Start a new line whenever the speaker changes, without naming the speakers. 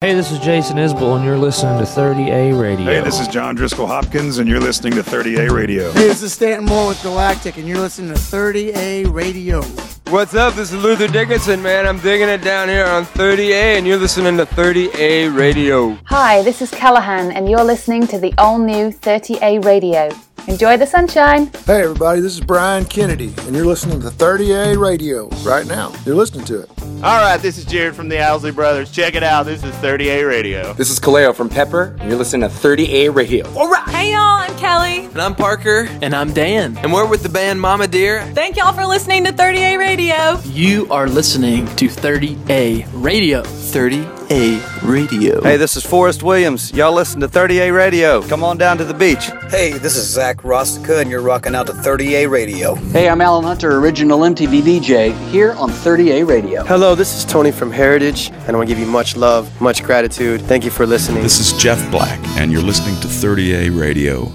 Hey, this is Jason Isbell, and you're listening to 30A Radio.
Hey, this is John Driscoll Hopkins, and you're listening to 30A Radio.
Hey, this is Stanton Moore with Galactic, and you're listening to 30A Radio.
What's up? This is Luther Dickinson, man. I'm digging it down here on 30A, and you're listening to 30A Radio.
Hi, this is Callahan, and you're listening to the all new 30A Radio. Enjoy the sunshine.
Hey, everybody, this is Brian Kennedy, and you're listening to 30A Radio right now. You're listening to it.
All right, this is Jared from the Owsley Brothers. Check it out. This is 30A Radio.
This is Kaleo from Pepper, and you're listening to 30A Radio.
All right. Hey, y'all, I'm Kelly.
And I'm Parker.
And I'm Dan.
And we're with the band Mama Dear.
Thank y'all for listening to 30A Radio.
You are listening to 30A Radio.
30A Radio.
Hey, this is Forrest Williams. Y'all listen to 30A Radio. Come on down to the beach.
Hey, this is Zach Rostica, and you're rocking out to 30A Radio.
Hey, I'm Alan Hunter, original MTV DJ, here on 30A Radio.
Hello, this is Tony from Heritage, and I want to give you much love, much gratitude. Thank you for listening.
This is Jeff Black, and you're listening to 30A Radio.